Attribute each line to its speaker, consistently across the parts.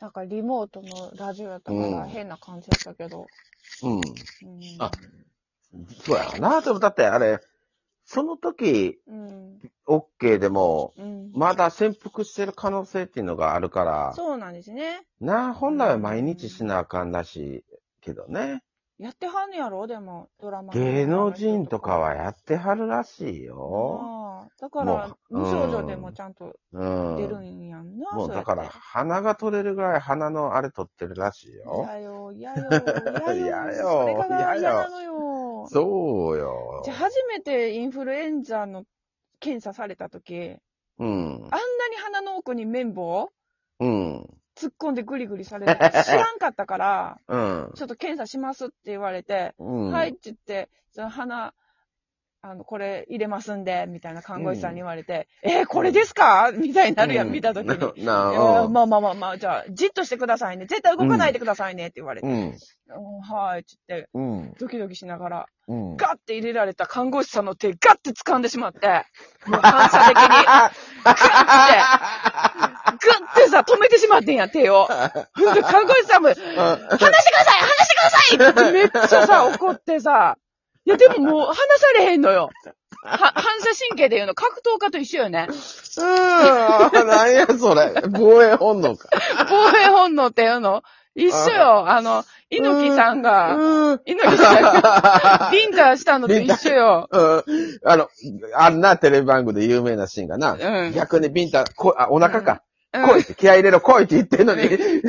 Speaker 1: なんかリモートのラジオやったから
Speaker 2: うん
Speaker 1: 変な感じだったけど。
Speaker 2: うん。
Speaker 1: うん。
Speaker 2: あそうやろな。でもだってあれ、その時、
Speaker 1: うん。
Speaker 2: OK でも、
Speaker 1: うん。
Speaker 2: まだ潜伏してる可能性っていうのがあるから、
Speaker 1: そうなんですね。
Speaker 2: なあ、本来は毎日しなあかんらしいけどね。
Speaker 1: やってはんねやろでも、ドラマの
Speaker 2: 芸能人とかはやってはるらしいよ。
Speaker 1: ああだから、
Speaker 2: もう
Speaker 1: 無
Speaker 2: うん
Speaker 1: 症状でもちゃんと
Speaker 2: う
Speaker 1: 出る
Speaker 2: ん。
Speaker 1: んやんな。
Speaker 2: もう
Speaker 1: そ
Speaker 2: だから、
Speaker 1: やって
Speaker 2: 鼻が取れるぐらい鼻のあれ取ってるらしいよ。
Speaker 1: 嫌よ、嫌 よ、嫌よ。
Speaker 2: 嫌よ
Speaker 1: それが
Speaker 2: 嫌よ
Speaker 1: 嫌なのよ。
Speaker 2: そうよ
Speaker 1: じゃあ、。初めてインフルエンザの検査されたとき、あん
Speaker 2: うん
Speaker 1: な。に鼻の奥に綿棒
Speaker 2: うん。
Speaker 1: 突っ込んでグリグリされてたから知らんかったから、
Speaker 2: うん。
Speaker 1: ちょっと検査しますって言われて、
Speaker 2: うん。
Speaker 1: はいって言って、その鼻、あの、これ入れますんで、みたいな看護師さんに言われて、えーこれですかみたいになるやん、
Speaker 2: う
Speaker 1: 見たときに。い
Speaker 2: なな
Speaker 1: や
Speaker 2: うん
Speaker 1: まあまあまあまあ、じゃあ、じっとしてくださいね。絶対動かないでくださいねって言われて、
Speaker 2: うん。
Speaker 1: うんはいって言って、
Speaker 2: うん。
Speaker 1: ドキドキしながら、
Speaker 2: うん。
Speaker 1: ガッて入れられた看護師さんの手、ガッて掴んでしまって、もう 反射的に、ガッてさ、止めてしまってんや、手 を。ほんで看護師さんも、話してください話してくださいって めっちゃさ、怒ってさ。いや、でももう話されへんのよ。は反射神経で言うの、格闘家と一緒よね。
Speaker 2: うーん。なんやそれ。防衛本能か。
Speaker 1: 防衛本能っていうの。一緒よ。あの、猪木さん
Speaker 2: う
Speaker 1: が、
Speaker 2: ーん。
Speaker 1: 猪木さん が、リンダーしたのと一緒よ。
Speaker 2: うん。あの、あんなテレビ番組で有名なシーンがな。
Speaker 1: うん
Speaker 2: 逆にビンタ、こあ、お腹か。
Speaker 1: う
Speaker 2: 来い
Speaker 1: ん。
Speaker 2: って、気合い入れろ、来いって言ってんのに、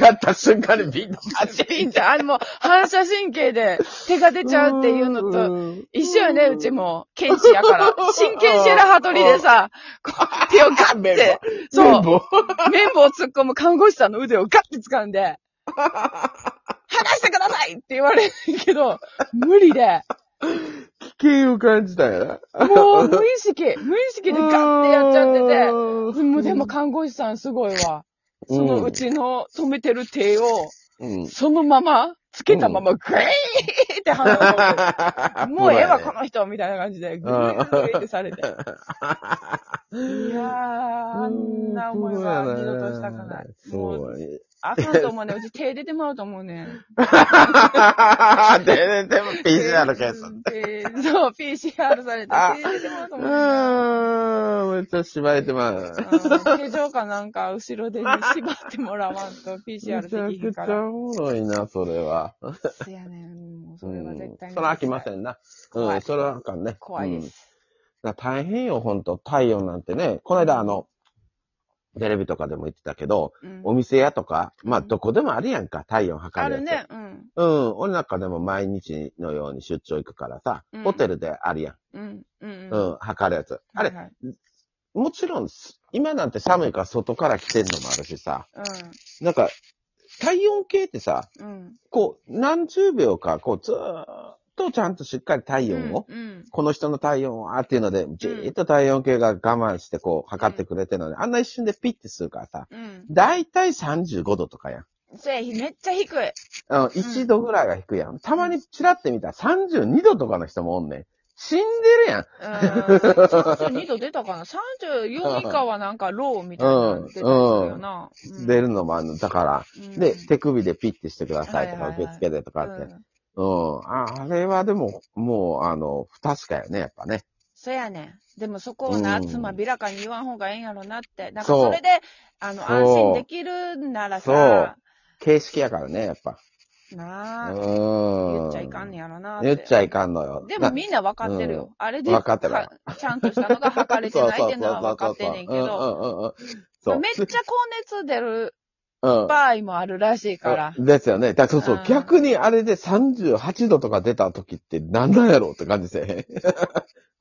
Speaker 2: やった瞬間にビンタパチ
Speaker 1: リンダー、あの、もう反射神経で手が出ちゃうっていうのと、
Speaker 2: と
Speaker 1: 一緒よね、うち。も。剣士やから。真剣シェラハトリでさ、こう手をガッ
Speaker 2: メ
Speaker 1: て
Speaker 2: ン、
Speaker 1: そう
Speaker 2: そう。ボ
Speaker 1: 綿棒を突っ込む看護師さんの腕をガッて掴んで、話してくださいって言われるけど、無理で、
Speaker 2: 危険を感じたよな。
Speaker 1: もう無意識、無意識でガッてやっちゃって
Speaker 2: って
Speaker 1: て、もうでも、看護師さんすごいわ。そのうちの止めてる手を、
Speaker 2: うん。
Speaker 1: そのまま、つけたまま、グイーって反 応 もうええわ、この人みたいな感じで、グイーってさ れて。いやー、あんな思いは二度としたくない。も、
Speaker 2: そうう
Speaker 1: あかんと思うね。うち手出てまうと思うね。
Speaker 2: やね。で、でも PCR 検査。
Speaker 1: えーそう、PCR されて、
Speaker 2: あ
Speaker 1: 手出てまうと
Speaker 2: う
Speaker 1: 思うね。
Speaker 2: ーん、めっちゃ縛れてます。
Speaker 1: うん手錠かなんか後ろで、ね、縛ってもらわんと PCR
Speaker 2: めちゃ
Speaker 1: できひん
Speaker 2: くち
Speaker 1: か
Speaker 2: ゃ
Speaker 1: ら。
Speaker 2: おもろいな、それは。
Speaker 1: そうやねん。もうそれは
Speaker 2: うん
Speaker 1: 絶対に。
Speaker 2: それは飽きませ
Speaker 1: ん。
Speaker 2: んな。
Speaker 1: 怖
Speaker 2: う
Speaker 1: い
Speaker 2: ん、それはあかんね。
Speaker 1: 怖いです。
Speaker 2: うん。だから大変よ、ほんと。体温なんてね。この間、あの、テレビとかでも言ってたけど、
Speaker 1: うん
Speaker 2: お店やとか、まあ、どこでもあるやんか、体温測
Speaker 1: あ
Speaker 2: るや
Speaker 1: る
Speaker 2: つ。
Speaker 1: ね。うん。
Speaker 2: うん、俺なんかでも毎日のように出張行くからさ、
Speaker 1: うん
Speaker 2: ホテルであるやん。
Speaker 1: うん。うん。
Speaker 2: うん、測るやつ。あれ、
Speaker 1: はいはい
Speaker 2: もちろんす、今なんて寒いから外から来てんのもあるしさ、なんか、体温計ってさ、
Speaker 1: うん。うん。
Speaker 2: こう、何十秒か、こう、ずーっとちゃんとしっかり体温を、
Speaker 1: うん。
Speaker 2: この人の体温はっていうので、じーっと体温計が我慢してこう、測ってくれてるので、あんな一瞬でピッてするからさ、
Speaker 1: うん。
Speaker 2: だいたい35度とかやん。
Speaker 1: そや、めっちゃ低い。
Speaker 2: うん、1度ぐらいが低いやん。たまにチラって見たら32度とかの人もおんねん。死んでるやん。
Speaker 1: うん。32度出たかな ?34 以下はなんかローみたいなの出たりするよな。うん
Speaker 2: 出るのもあるの。だから、
Speaker 1: うん
Speaker 2: で、手首でピッてしてくださいと
Speaker 1: はい
Speaker 2: か、
Speaker 1: はいはい
Speaker 2: 受付でとかって。
Speaker 1: うん
Speaker 2: うん。ああれはでも、もう、あの、不確かよね、やっぱね。
Speaker 1: そやねん。でもそこをな、
Speaker 2: うん
Speaker 1: つまびらかに言わん方がええんやろなって。なんか
Speaker 2: そう
Speaker 1: それで、あの、
Speaker 2: そう
Speaker 1: 安心できるんならさ、
Speaker 2: 形式やからね、やっぱ。
Speaker 1: な
Speaker 2: う
Speaker 1: あ、
Speaker 2: ん。
Speaker 1: 言っちゃいかんねやろなって。
Speaker 2: 言っちゃ
Speaker 1: い
Speaker 2: いかんのよ。
Speaker 1: でもみんな分かってる
Speaker 2: う
Speaker 1: よ。あれで、
Speaker 2: 分かってる
Speaker 1: はちゃんとしたのが測れてないっていうのは分かってんねんけど、
Speaker 2: ど。そうそうそうそううんうんうんうん。
Speaker 1: めっちゃ高熱出る
Speaker 2: ゃ
Speaker 1: 場合もあるらしいから。
Speaker 2: ですよね。だそうそう
Speaker 1: う。ん
Speaker 2: 逆にあれで38度とか出た時ってなんなんやろうって感じで。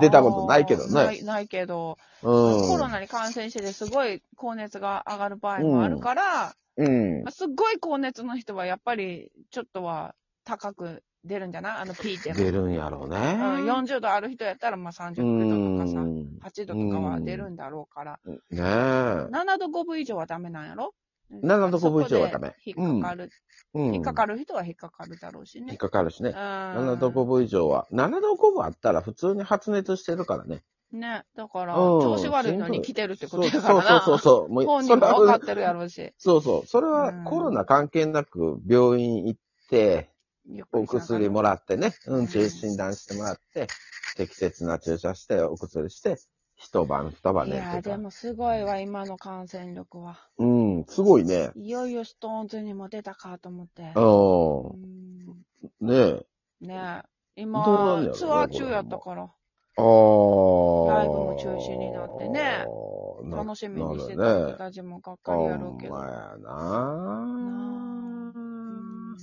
Speaker 2: 出たことないけど
Speaker 1: あーな
Speaker 2: ね。
Speaker 1: い、ないけど、
Speaker 2: うん。
Speaker 1: コロナに感染しててすごい高熱が上がる場合もあるから、
Speaker 2: うん
Speaker 1: まあ、。すっごい高熱の人はやっぱりちょっとは高く出るんじゃないあの P っていう
Speaker 2: 出るんやろうね。
Speaker 1: の。うん、40度ある人やったらまあ
Speaker 2: う
Speaker 1: 39度とかさ、
Speaker 2: ん。
Speaker 1: 8度とかは出るんだろうから、
Speaker 2: ねえ。
Speaker 1: 7度5分以上はダメなんやろ
Speaker 2: 7度5分以上はダメ
Speaker 1: そこで引っかかる、
Speaker 2: うん。
Speaker 1: 引っかかる人は引っかかるだろうし
Speaker 2: 引っ
Speaker 1: ね。
Speaker 2: かかるしね。
Speaker 1: 7
Speaker 2: 7度5分以上は。7度5分あったら普通に発熱してるからね。
Speaker 1: ね。だから、
Speaker 2: うん
Speaker 1: 調子悪いのに来てるってこと
Speaker 2: そう
Speaker 1: や
Speaker 2: そう
Speaker 1: からな。
Speaker 2: そうそう。もう
Speaker 1: 本
Speaker 2: そ
Speaker 1: 人
Speaker 2: れ
Speaker 1: も分かっ
Speaker 2: は、
Speaker 1: てるやろうし。
Speaker 2: そうそう。それは
Speaker 1: うん
Speaker 2: コロナ関係なく病院行って、
Speaker 1: よく
Speaker 2: お薬もらってね、うん
Speaker 1: う
Speaker 2: ち
Speaker 1: ん
Speaker 2: 診断してもらって、適切な注射して、お薬して、一晩二晩
Speaker 1: い
Speaker 2: 寝
Speaker 1: やー、
Speaker 2: て
Speaker 1: で
Speaker 2: た。
Speaker 1: もすごいわ、今の感染力は。
Speaker 2: うん、すごいね。
Speaker 1: いよいよストーンズにも出たかと思って。
Speaker 2: う
Speaker 1: うん
Speaker 2: ん、ねえ。
Speaker 1: ねえ。
Speaker 2: どうなんや
Speaker 1: 今
Speaker 2: ろ、
Speaker 1: ツアー中やったから、ライ
Speaker 2: ああ。
Speaker 1: ブも中止になってね。楽しみにして
Speaker 2: な
Speaker 1: た
Speaker 2: る
Speaker 1: 人
Speaker 2: ね。
Speaker 1: たちもがっかり
Speaker 2: ほ
Speaker 1: やろ
Speaker 2: ん
Speaker 1: うけど。
Speaker 2: まや
Speaker 1: なう
Speaker 2: な
Speaker 1: ん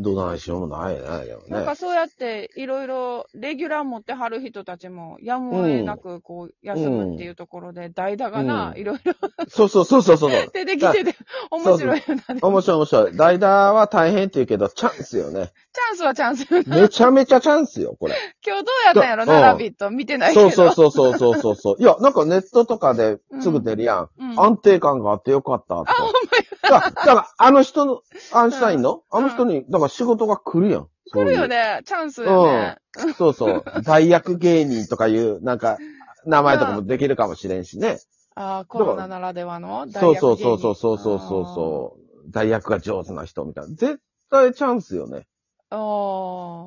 Speaker 2: どないしようもないね、でも
Speaker 1: なん
Speaker 2: ね
Speaker 1: か。そうやっていろいろレギュラー持ってはる人たちもやむを得なくこう休むっていうところで代打がな、
Speaker 2: うん
Speaker 1: いろいろ
Speaker 2: そうそうそうそう そう。
Speaker 1: 出てきてて面白いよな。チャン
Speaker 2: 面白い面白い。代打は大変って言うけど、チャンスよね。
Speaker 1: スはチャンスよな。
Speaker 2: めちゃめちゃチャンスよ、これ。
Speaker 1: 今日どうやったんやろな、
Speaker 2: だ
Speaker 1: ラビット見てないけ
Speaker 2: そ
Speaker 1: ど。
Speaker 2: うそうそうそうそうそうそう。いや、なんかネットとかですぐ出るやん。
Speaker 1: うん
Speaker 2: 安定感があってよかったって。
Speaker 1: あ、ほんまや
Speaker 2: だだから、あの人の、アインシュタインの、あの人に、だから仕事が来るやん。
Speaker 1: 来るよね。チャンスよね。
Speaker 2: そうそう。代役芸人とかいう、なんか、名前とかもできるかもしれんしね。
Speaker 1: ああ、コロナならではの
Speaker 2: そうそうそうそうそうそうそ
Speaker 1: そ
Speaker 2: うそう。代役が上手な人みたいな。絶対チャンスよね。
Speaker 1: う。ああ。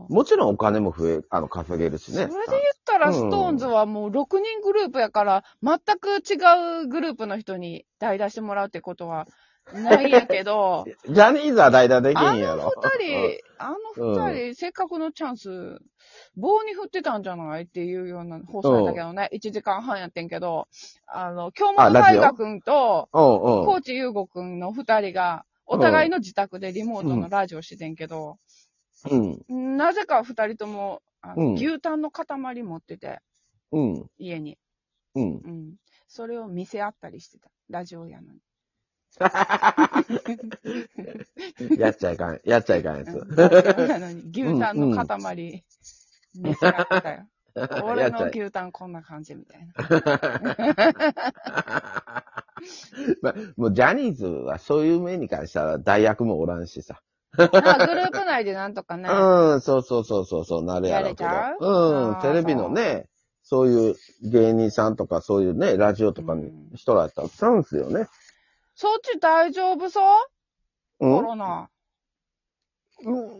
Speaker 2: もちろんお金も増え、あの、稼げるしね。
Speaker 1: それで言ったら、ストーンズはもう6人グループやから、全く違うグループの人に代打してもらうってことはないんやけ ど、
Speaker 2: ジャニーズは代打できんやろ。
Speaker 1: 二人、あの二人、せっかくのチャンス、棒に振ってたんじゃないっていうような放送やったけどね、1時間半やってんけど、あの、京
Speaker 2: あ
Speaker 1: 本
Speaker 2: ラジ
Speaker 1: 大
Speaker 2: オ
Speaker 1: 我くんと、
Speaker 2: うんう
Speaker 1: 高
Speaker 2: ん。
Speaker 1: 知優吾くんの二人が、お互いの自宅でリモートのラジオしててんけど、
Speaker 2: うん。
Speaker 1: なぜか二人とも、あの
Speaker 2: うん
Speaker 1: 牛タンの塊持ってて、
Speaker 2: うん。
Speaker 1: 家に。
Speaker 2: うん。
Speaker 1: うん。それを見せ合ったりしてた。ラジオやのに。
Speaker 2: やっちゃいかん、やっちゃいかんや
Speaker 1: う
Speaker 2: つ。
Speaker 1: んラジオや のに牛タンの塊、見せ合ってた よ。俺の
Speaker 2: やっちゃい
Speaker 1: 牛タンこんな感じみたいな。
Speaker 2: まもうジャニーズはそういう面に関しては代役もおらんしさ。
Speaker 1: まあ、グループ内でなんとかね。
Speaker 2: うん、そうそうそうそう、そうなるやろうけど
Speaker 1: やれちゃ。
Speaker 2: う
Speaker 1: あ
Speaker 2: ん、
Speaker 1: ー
Speaker 2: テレビのね、そういう芸人さんとかそういうね、ラジオとかに
Speaker 1: うん
Speaker 2: 人らやったらチャンスよね。
Speaker 1: そっち大丈夫そう
Speaker 2: う
Speaker 1: コ
Speaker 2: ん
Speaker 1: ロナ。
Speaker 2: うん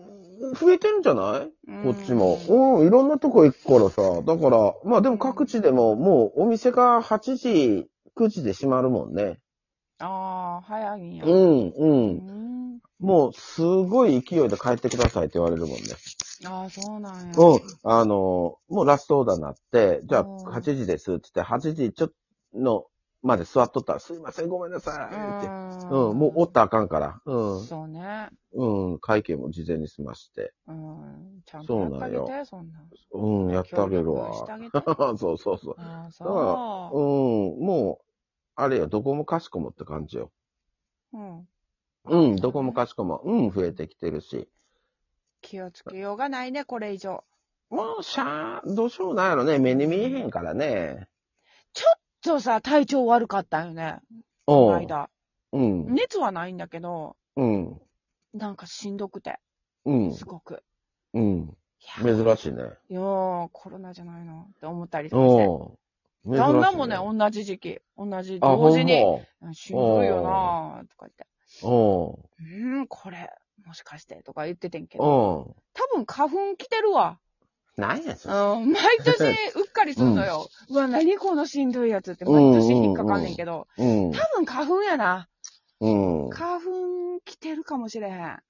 Speaker 2: 増えてるんじゃない
Speaker 1: うん
Speaker 2: こっちも。うん、いろんなとこ行くからさ。だから、まあでも各地でももうお店が8時、9時で閉まるもんね。
Speaker 1: ああ、早いんや。
Speaker 2: うん、うん。
Speaker 1: うん。
Speaker 2: もうすごい勢いで帰ってくださいって言われるもんね。
Speaker 1: ああ、そうなんや。
Speaker 2: うん。あの、もうラストオーダーになって、じゃあ
Speaker 1: うん
Speaker 2: 8時ですって言って、8時ちょっとのまで座っとったら、すいません、ごめんなさいって。うん、もうおったらあかんから。う
Speaker 1: そうね。
Speaker 2: ん。うん、会計も事前に済まして。
Speaker 1: うん。ちゃん
Speaker 2: そ
Speaker 1: と
Speaker 2: う
Speaker 1: やって
Speaker 2: な
Speaker 1: あ
Speaker 2: ん
Speaker 1: げ
Speaker 2: よ
Speaker 1: て、そんなん。
Speaker 2: うん、やってあげるわ
Speaker 1: 協力。してあげ て
Speaker 2: そうそうそう。
Speaker 1: ああ、
Speaker 2: だう
Speaker 1: そ
Speaker 2: ん、もう、あれよ、どこもかしこもって感じよ。
Speaker 1: う。うん。
Speaker 2: うん、どこもかしこも、うん、増えてきてるし。
Speaker 1: 気をつけようがないね、これ以上。
Speaker 2: もう、しゃー、どうしようもないやろね。目に見えへんからね。
Speaker 1: そうさ、体調悪かったよね。この
Speaker 2: うん。
Speaker 1: 間。
Speaker 2: うん。
Speaker 1: 熱はないんだけど、
Speaker 2: うん。
Speaker 1: なんかしんどくて、
Speaker 2: うん。
Speaker 1: すごく。
Speaker 2: うん。
Speaker 1: いや
Speaker 2: 珍しいね。
Speaker 1: いやーコロナじゃないのって思ったりとかして。
Speaker 2: おうん。
Speaker 1: 旦那もね、
Speaker 2: 珍しい
Speaker 1: 同じ時期、同じ、
Speaker 2: あ、
Speaker 1: 同時に、
Speaker 2: ほん
Speaker 1: うんしんどいよなーとか言って、
Speaker 2: ま。お
Speaker 1: うーん、これ、もしかしてとか言っててんけ
Speaker 2: う
Speaker 1: ど、
Speaker 2: ん。うん。
Speaker 1: 多分花粉来てるわ。
Speaker 2: なんやそれ。
Speaker 1: うん、毎年うっかりするの よ。うわ、何このしんどいやつって毎年引っかかんねんけど、
Speaker 2: うん
Speaker 1: 多。分花粉やな。
Speaker 2: うん。
Speaker 1: 花粉来てるかもしれへん。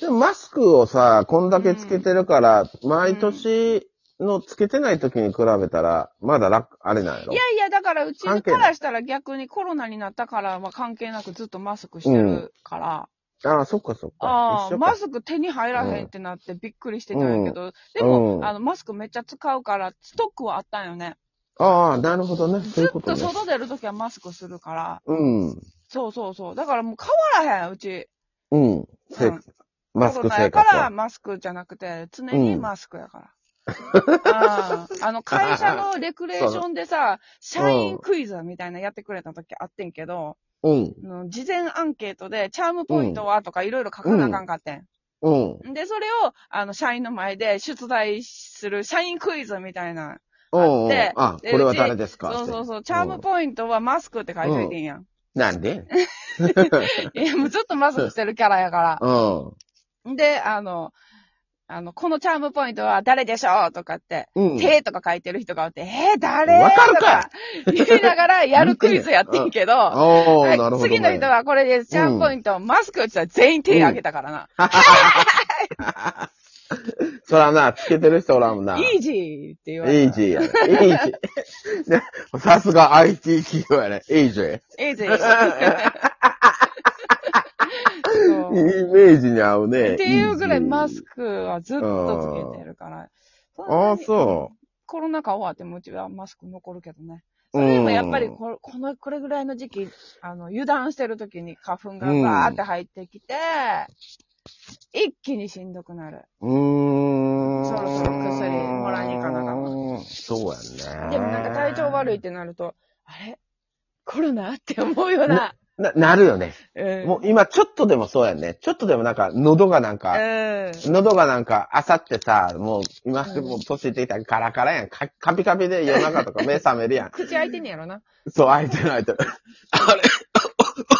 Speaker 2: でもマスクをさ、こんだけつけてるから、毎年のつけてない時に比べたら、まだ楽、あれなんやろ
Speaker 1: いやいや、だからうち
Speaker 2: 関係
Speaker 1: か
Speaker 2: ない
Speaker 1: らしたら逆にコロナになったから、まあ関係なくずっとマスクしてるから、
Speaker 2: ああ、そっかそっか
Speaker 1: あ。あ、
Speaker 2: 一緒
Speaker 1: マ
Speaker 2: か。
Speaker 1: スク手に入らへんってなってびっくりしてたんやけど、でも、
Speaker 2: うん
Speaker 1: あの、マスクめっちゃ使うから、ストックはあったんよね。
Speaker 2: ああ、なるほどね。そ
Speaker 1: ず
Speaker 2: ういう
Speaker 1: っ
Speaker 2: こ
Speaker 1: と
Speaker 2: とね。
Speaker 1: 外出るときはマスクするから、
Speaker 2: うん。
Speaker 1: そうそうそう。だからもう変わらへん、うち。
Speaker 2: うん。せ
Speaker 1: うん
Speaker 2: マス
Speaker 1: コ
Speaker 2: ク
Speaker 1: ロナ
Speaker 2: 生
Speaker 1: やか
Speaker 2: 活
Speaker 1: ら
Speaker 2: は。
Speaker 1: マスクじゃなくて、常にマスクやから。ああの、会社のレクレーションで さ、社員クイズみたいなやってくれた時あってんけど、
Speaker 2: うん。
Speaker 1: あの事前アンケートで、チャームポイントはとかいろいろ書かなあかんかってん。
Speaker 2: うん。
Speaker 1: で、それを、あの、社員の前で出題する社員クイズみたいなあって
Speaker 2: あ、
Speaker 1: で
Speaker 2: これは誰ですか
Speaker 1: そうそう
Speaker 2: って
Speaker 1: そう。チャームポイントはマスクって書いといてんやん。
Speaker 2: なんで
Speaker 1: え、もうずっとマスクしてるキャラやか
Speaker 2: う
Speaker 1: ら。
Speaker 2: ん。
Speaker 1: で、あの、あの、このチャームポイントは誰でしょうとかって、
Speaker 2: うん。
Speaker 1: 手とか書いてる人がおって、えー、誰
Speaker 2: わかるか
Speaker 1: とか言いながらやるクイズやってんけど、
Speaker 2: お
Speaker 1: は
Speaker 2: ー、
Speaker 1: い
Speaker 2: なるほど、ね。
Speaker 1: 次の人はこれでチャームポイント、マスクって言ったら全員手挙げたからな。
Speaker 2: そらな、つけてる人おらんもんな。
Speaker 1: イージーって言われ
Speaker 2: イ
Speaker 1: た
Speaker 2: ージーやね。イージー。ね さすが IT 企業やね。イージー。
Speaker 1: イージ ー。そう
Speaker 2: イメージに合うね。
Speaker 1: っていうぐらい
Speaker 2: イージー
Speaker 1: マスクはずっとつけてるから。
Speaker 2: ああ、
Speaker 1: う。
Speaker 2: そ
Speaker 1: コロナ禍終わってもうちはマスク残るけどね。
Speaker 2: う。
Speaker 1: それでも
Speaker 2: うん
Speaker 1: やっぱりここの、これぐらいの時期、あの、油断してる時に花粉がバーって入ってきて、一気にしんどくなる。
Speaker 2: うーん。
Speaker 1: そろそろ薬もらいに行かなあかん
Speaker 2: そうやね。
Speaker 1: でもなんか体調悪いっ。てなると、あれコロナって思うような。
Speaker 2: な、なるよね。
Speaker 1: うん。
Speaker 2: もう今ちょっとでもそうやね。ちょっとでもなんか喉がなんか、
Speaker 1: うん。
Speaker 2: 喉がなんか、あさってさ、もう、今して
Speaker 1: うん。
Speaker 2: もう年いってきたらカラカラやん。かカピカピで夜中とか目覚めるや ん
Speaker 1: 口開いてんねやろな。
Speaker 2: そう、開いてる開いてる。あれ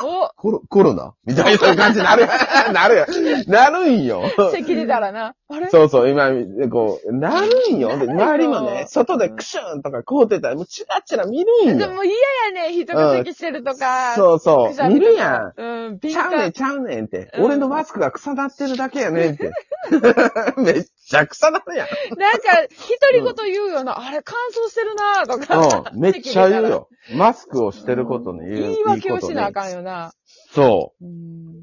Speaker 1: お
Speaker 2: コロ、コロナみたいな感じ になるやん。なるやん。なるんよ。
Speaker 1: 咳出たらな。あれ
Speaker 2: そうそう、今、こう、なるんよ。で、周りもね、外でクシュンとかこうてたら、もうチラチラ見るん
Speaker 1: で
Speaker 2: よ。
Speaker 1: も嫌やね人が咳してるとか。
Speaker 2: そうそ
Speaker 1: くしゃ
Speaker 2: う、
Speaker 1: み
Speaker 2: 見
Speaker 1: とか
Speaker 2: るや
Speaker 1: うん、
Speaker 2: ん。
Speaker 1: 敏
Speaker 2: ちゃうね
Speaker 1: 感
Speaker 2: ん、。ちゃうねんって。
Speaker 1: うん
Speaker 2: 俺のマスクが草なってるだけやねんって。 めっちゃ草なるやん。
Speaker 1: なんか、独り言言うよな。あれ、乾燥してるなとか。
Speaker 2: うん、めっちゃ言うよ。マスクをしてることに言う。
Speaker 1: 言い訳をしなあか
Speaker 2: い
Speaker 1: ん
Speaker 2: いこ
Speaker 1: よな。
Speaker 2: とねそ
Speaker 1: うん。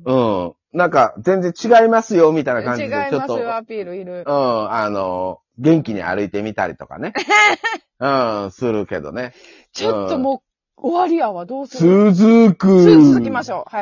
Speaker 2: う。うん。なんか、全然違いますよ、みたいな感じ
Speaker 1: 違い
Speaker 2: で、ちょ
Speaker 1: ます
Speaker 2: っと、
Speaker 1: よ、アピールいる
Speaker 2: う。ん、あの、元気に歩いてみたりとか ね。うん、するけどね。
Speaker 1: ちょっともう、終わりやわ、どうする
Speaker 2: 続く。
Speaker 1: 続きましょう。はい。